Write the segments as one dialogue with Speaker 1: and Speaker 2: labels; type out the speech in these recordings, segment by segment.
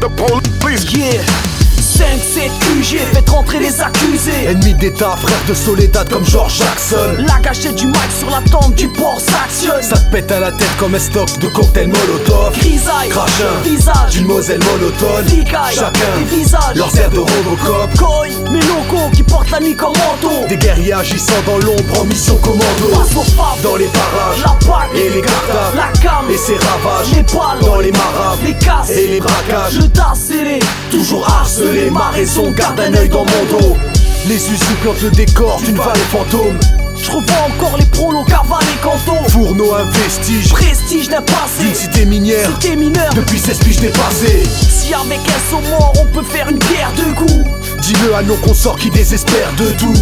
Speaker 1: the police.
Speaker 2: Yeah 5, 7 QG, faites rentrer les accusés
Speaker 3: Ennemi d'État, frère de Soledad comme George Jackson
Speaker 2: La gâchette du mic sur la tombe du port s'actionne
Speaker 3: Ça te pète à la tête comme un stock de cocktail molotov
Speaker 2: Grisaille,
Speaker 3: Crachin,
Speaker 2: visage,
Speaker 3: d'une Moselle monotone
Speaker 2: Flicaille,
Speaker 3: Chacun,
Speaker 2: des visages,
Speaker 3: leurs airs de rendre
Speaker 2: Coy, mes locaux qui portent la nuit comme manteau
Speaker 3: Des guerriers agissant dans l'ombre en mission commando
Speaker 2: Face aux faves,
Speaker 3: Dans les parages,
Speaker 2: la PAC,
Speaker 3: et les cartables
Speaker 2: la cam,
Speaker 3: et ses ravages
Speaker 2: les balles,
Speaker 3: Dans les marabes,
Speaker 2: les casses,
Speaker 3: et les braquages
Speaker 2: le tas serré,
Speaker 3: Toujours harcelé, ma raison garde un œil dans mon dos Les usines plantent le décor d'une vallée fantôme
Speaker 2: je revois encore les prolos, cavales et cantos
Speaker 3: Fourneau un vestige
Speaker 2: Prestige d'un passé,
Speaker 3: d'une cité minière
Speaker 2: cité mineure
Speaker 3: Depuis 16 piges dépassées
Speaker 2: Si avec un saut mort on peut faire une pierre de coups
Speaker 3: Dis-le à nos consorts qui désespèrent de tout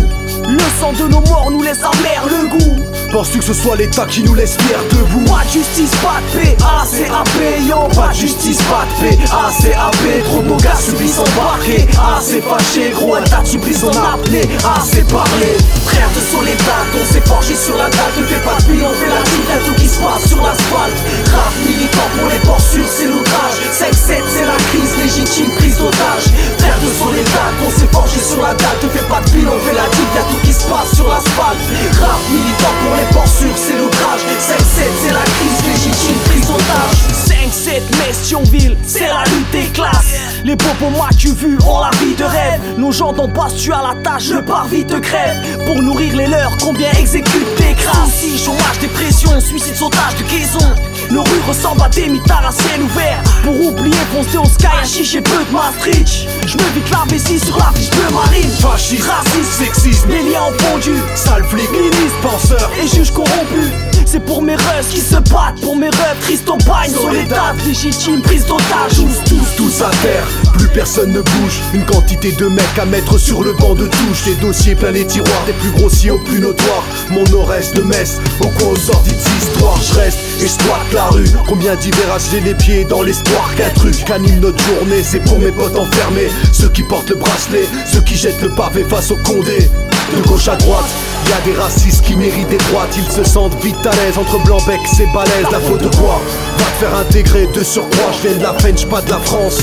Speaker 2: Le sang de nos morts nous laisse amer le goût
Speaker 3: Penses-tu que ce soit l'État qui nous laisse fiers debout
Speaker 2: Pas de justice, pas de paix, Ah, ACAP, yo
Speaker 3: Pas de justice, pas de paix, ACAP Trop de nos gars subissent Ah, embarquer, assez fâchés Gros un tas de supplices en apnée, assez Ah, parlé
Speaker 2: Frère de Soledad, on s'est forgé sur la dalle Ne fais pas de pile, on fait la suite à tout qui se passe sur l'asphalte Rap militant pour les morsures, c'est l'outrage 5-7, c'est la crise, légitime prise d'otage Frère de Soledad, on s'est forgé sur la dalle Ne fais pas de pile, on fait la suite à tout qui se passe sur l'asphalte Rap militant pour les morsures, c'est l'outrage 5-7, c'est la crise, légitime prise d'otage 5-7, Mestionville, c'est la lutte des classes Les popos m'as-tu vu, ont la vie de rêve Nos gens d'en passe, tu as la tâche, le parvis te crève Pour nourrir les leurs, combien exécutent tes crasses Si chômage, dépression, suicide, sautage de guaison Nos rues ressemblent à des mitards à ciel ouvert Pour oublier, foncer au sky, à chiche et peu de Maastricht Je me vite la vessie sur la fiche de marine
Speaker 3: Fascisme,
Speaker 2: Racisme,
Speaker 3: sexisme,
Speaker 2: les liens ont fondu
Speaker 3: sale flic,
Speaker 2: Ministre,
Speaker 3: penseur
Speaker 2: et juges corrompus. C'est pour mes refs qui se battent, pour mes refs, triste en bagne, soledad, légitime, prise d'otage.
Speaker 3: tous, tous, tous à terre, plus personne ne bouge. Une quantité de mecs à mettre sur le banc de touche. Des dossiers plein les tiroirs, des plus grossiers aux plus notoires. Mon oreste de Metz, au coin aux sorties d'histoire. Je reste et je squatte la rue. Combien d'hivers j'ai les pieds dans l'espoir qu'un truc anime notre journée. C'est pour mes potes enfermés, ceux qui portent le bracelet, ceux qui jettent le pavé face au condé. De gauche à droite, y a des racistes qui méritent des droites. Ils se sentent vite à l'aise entre Blanbec et balèze. La faute de quoi Va te faire intégrer de surcroît. Je viens de la French, pas de la France.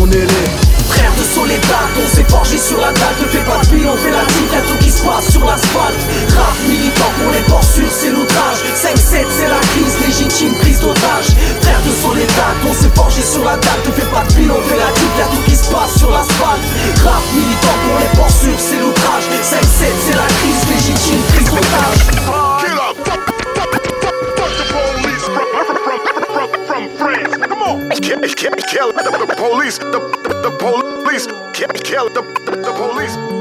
Speaker 3: On est les
Speaker 2: Frère de Soledad, on s'est forgé sur la dalle, ne fais pas de pile, on fait la tite, y'a tout qui se passe sur l'asphalte. Rap militant pour les morsures, c'est l'outrage. 5-7, c'est la crise, légitime prise d'otage. Frère de Soledad, on s'est forgé sur la dalle, ne fais pas de pile, on fait la tite, y'a tout qui se passe sur l'asphalte. Rap militant pour les morsures, c'est l'outrage. 5-7, c'est la crise, légitime prise d'otage.
Speaker 1: Get up. Fuck the police from, from, from, from France. Come on. Kill, kill, kill the police. The, the police. Kill, kill the, the police.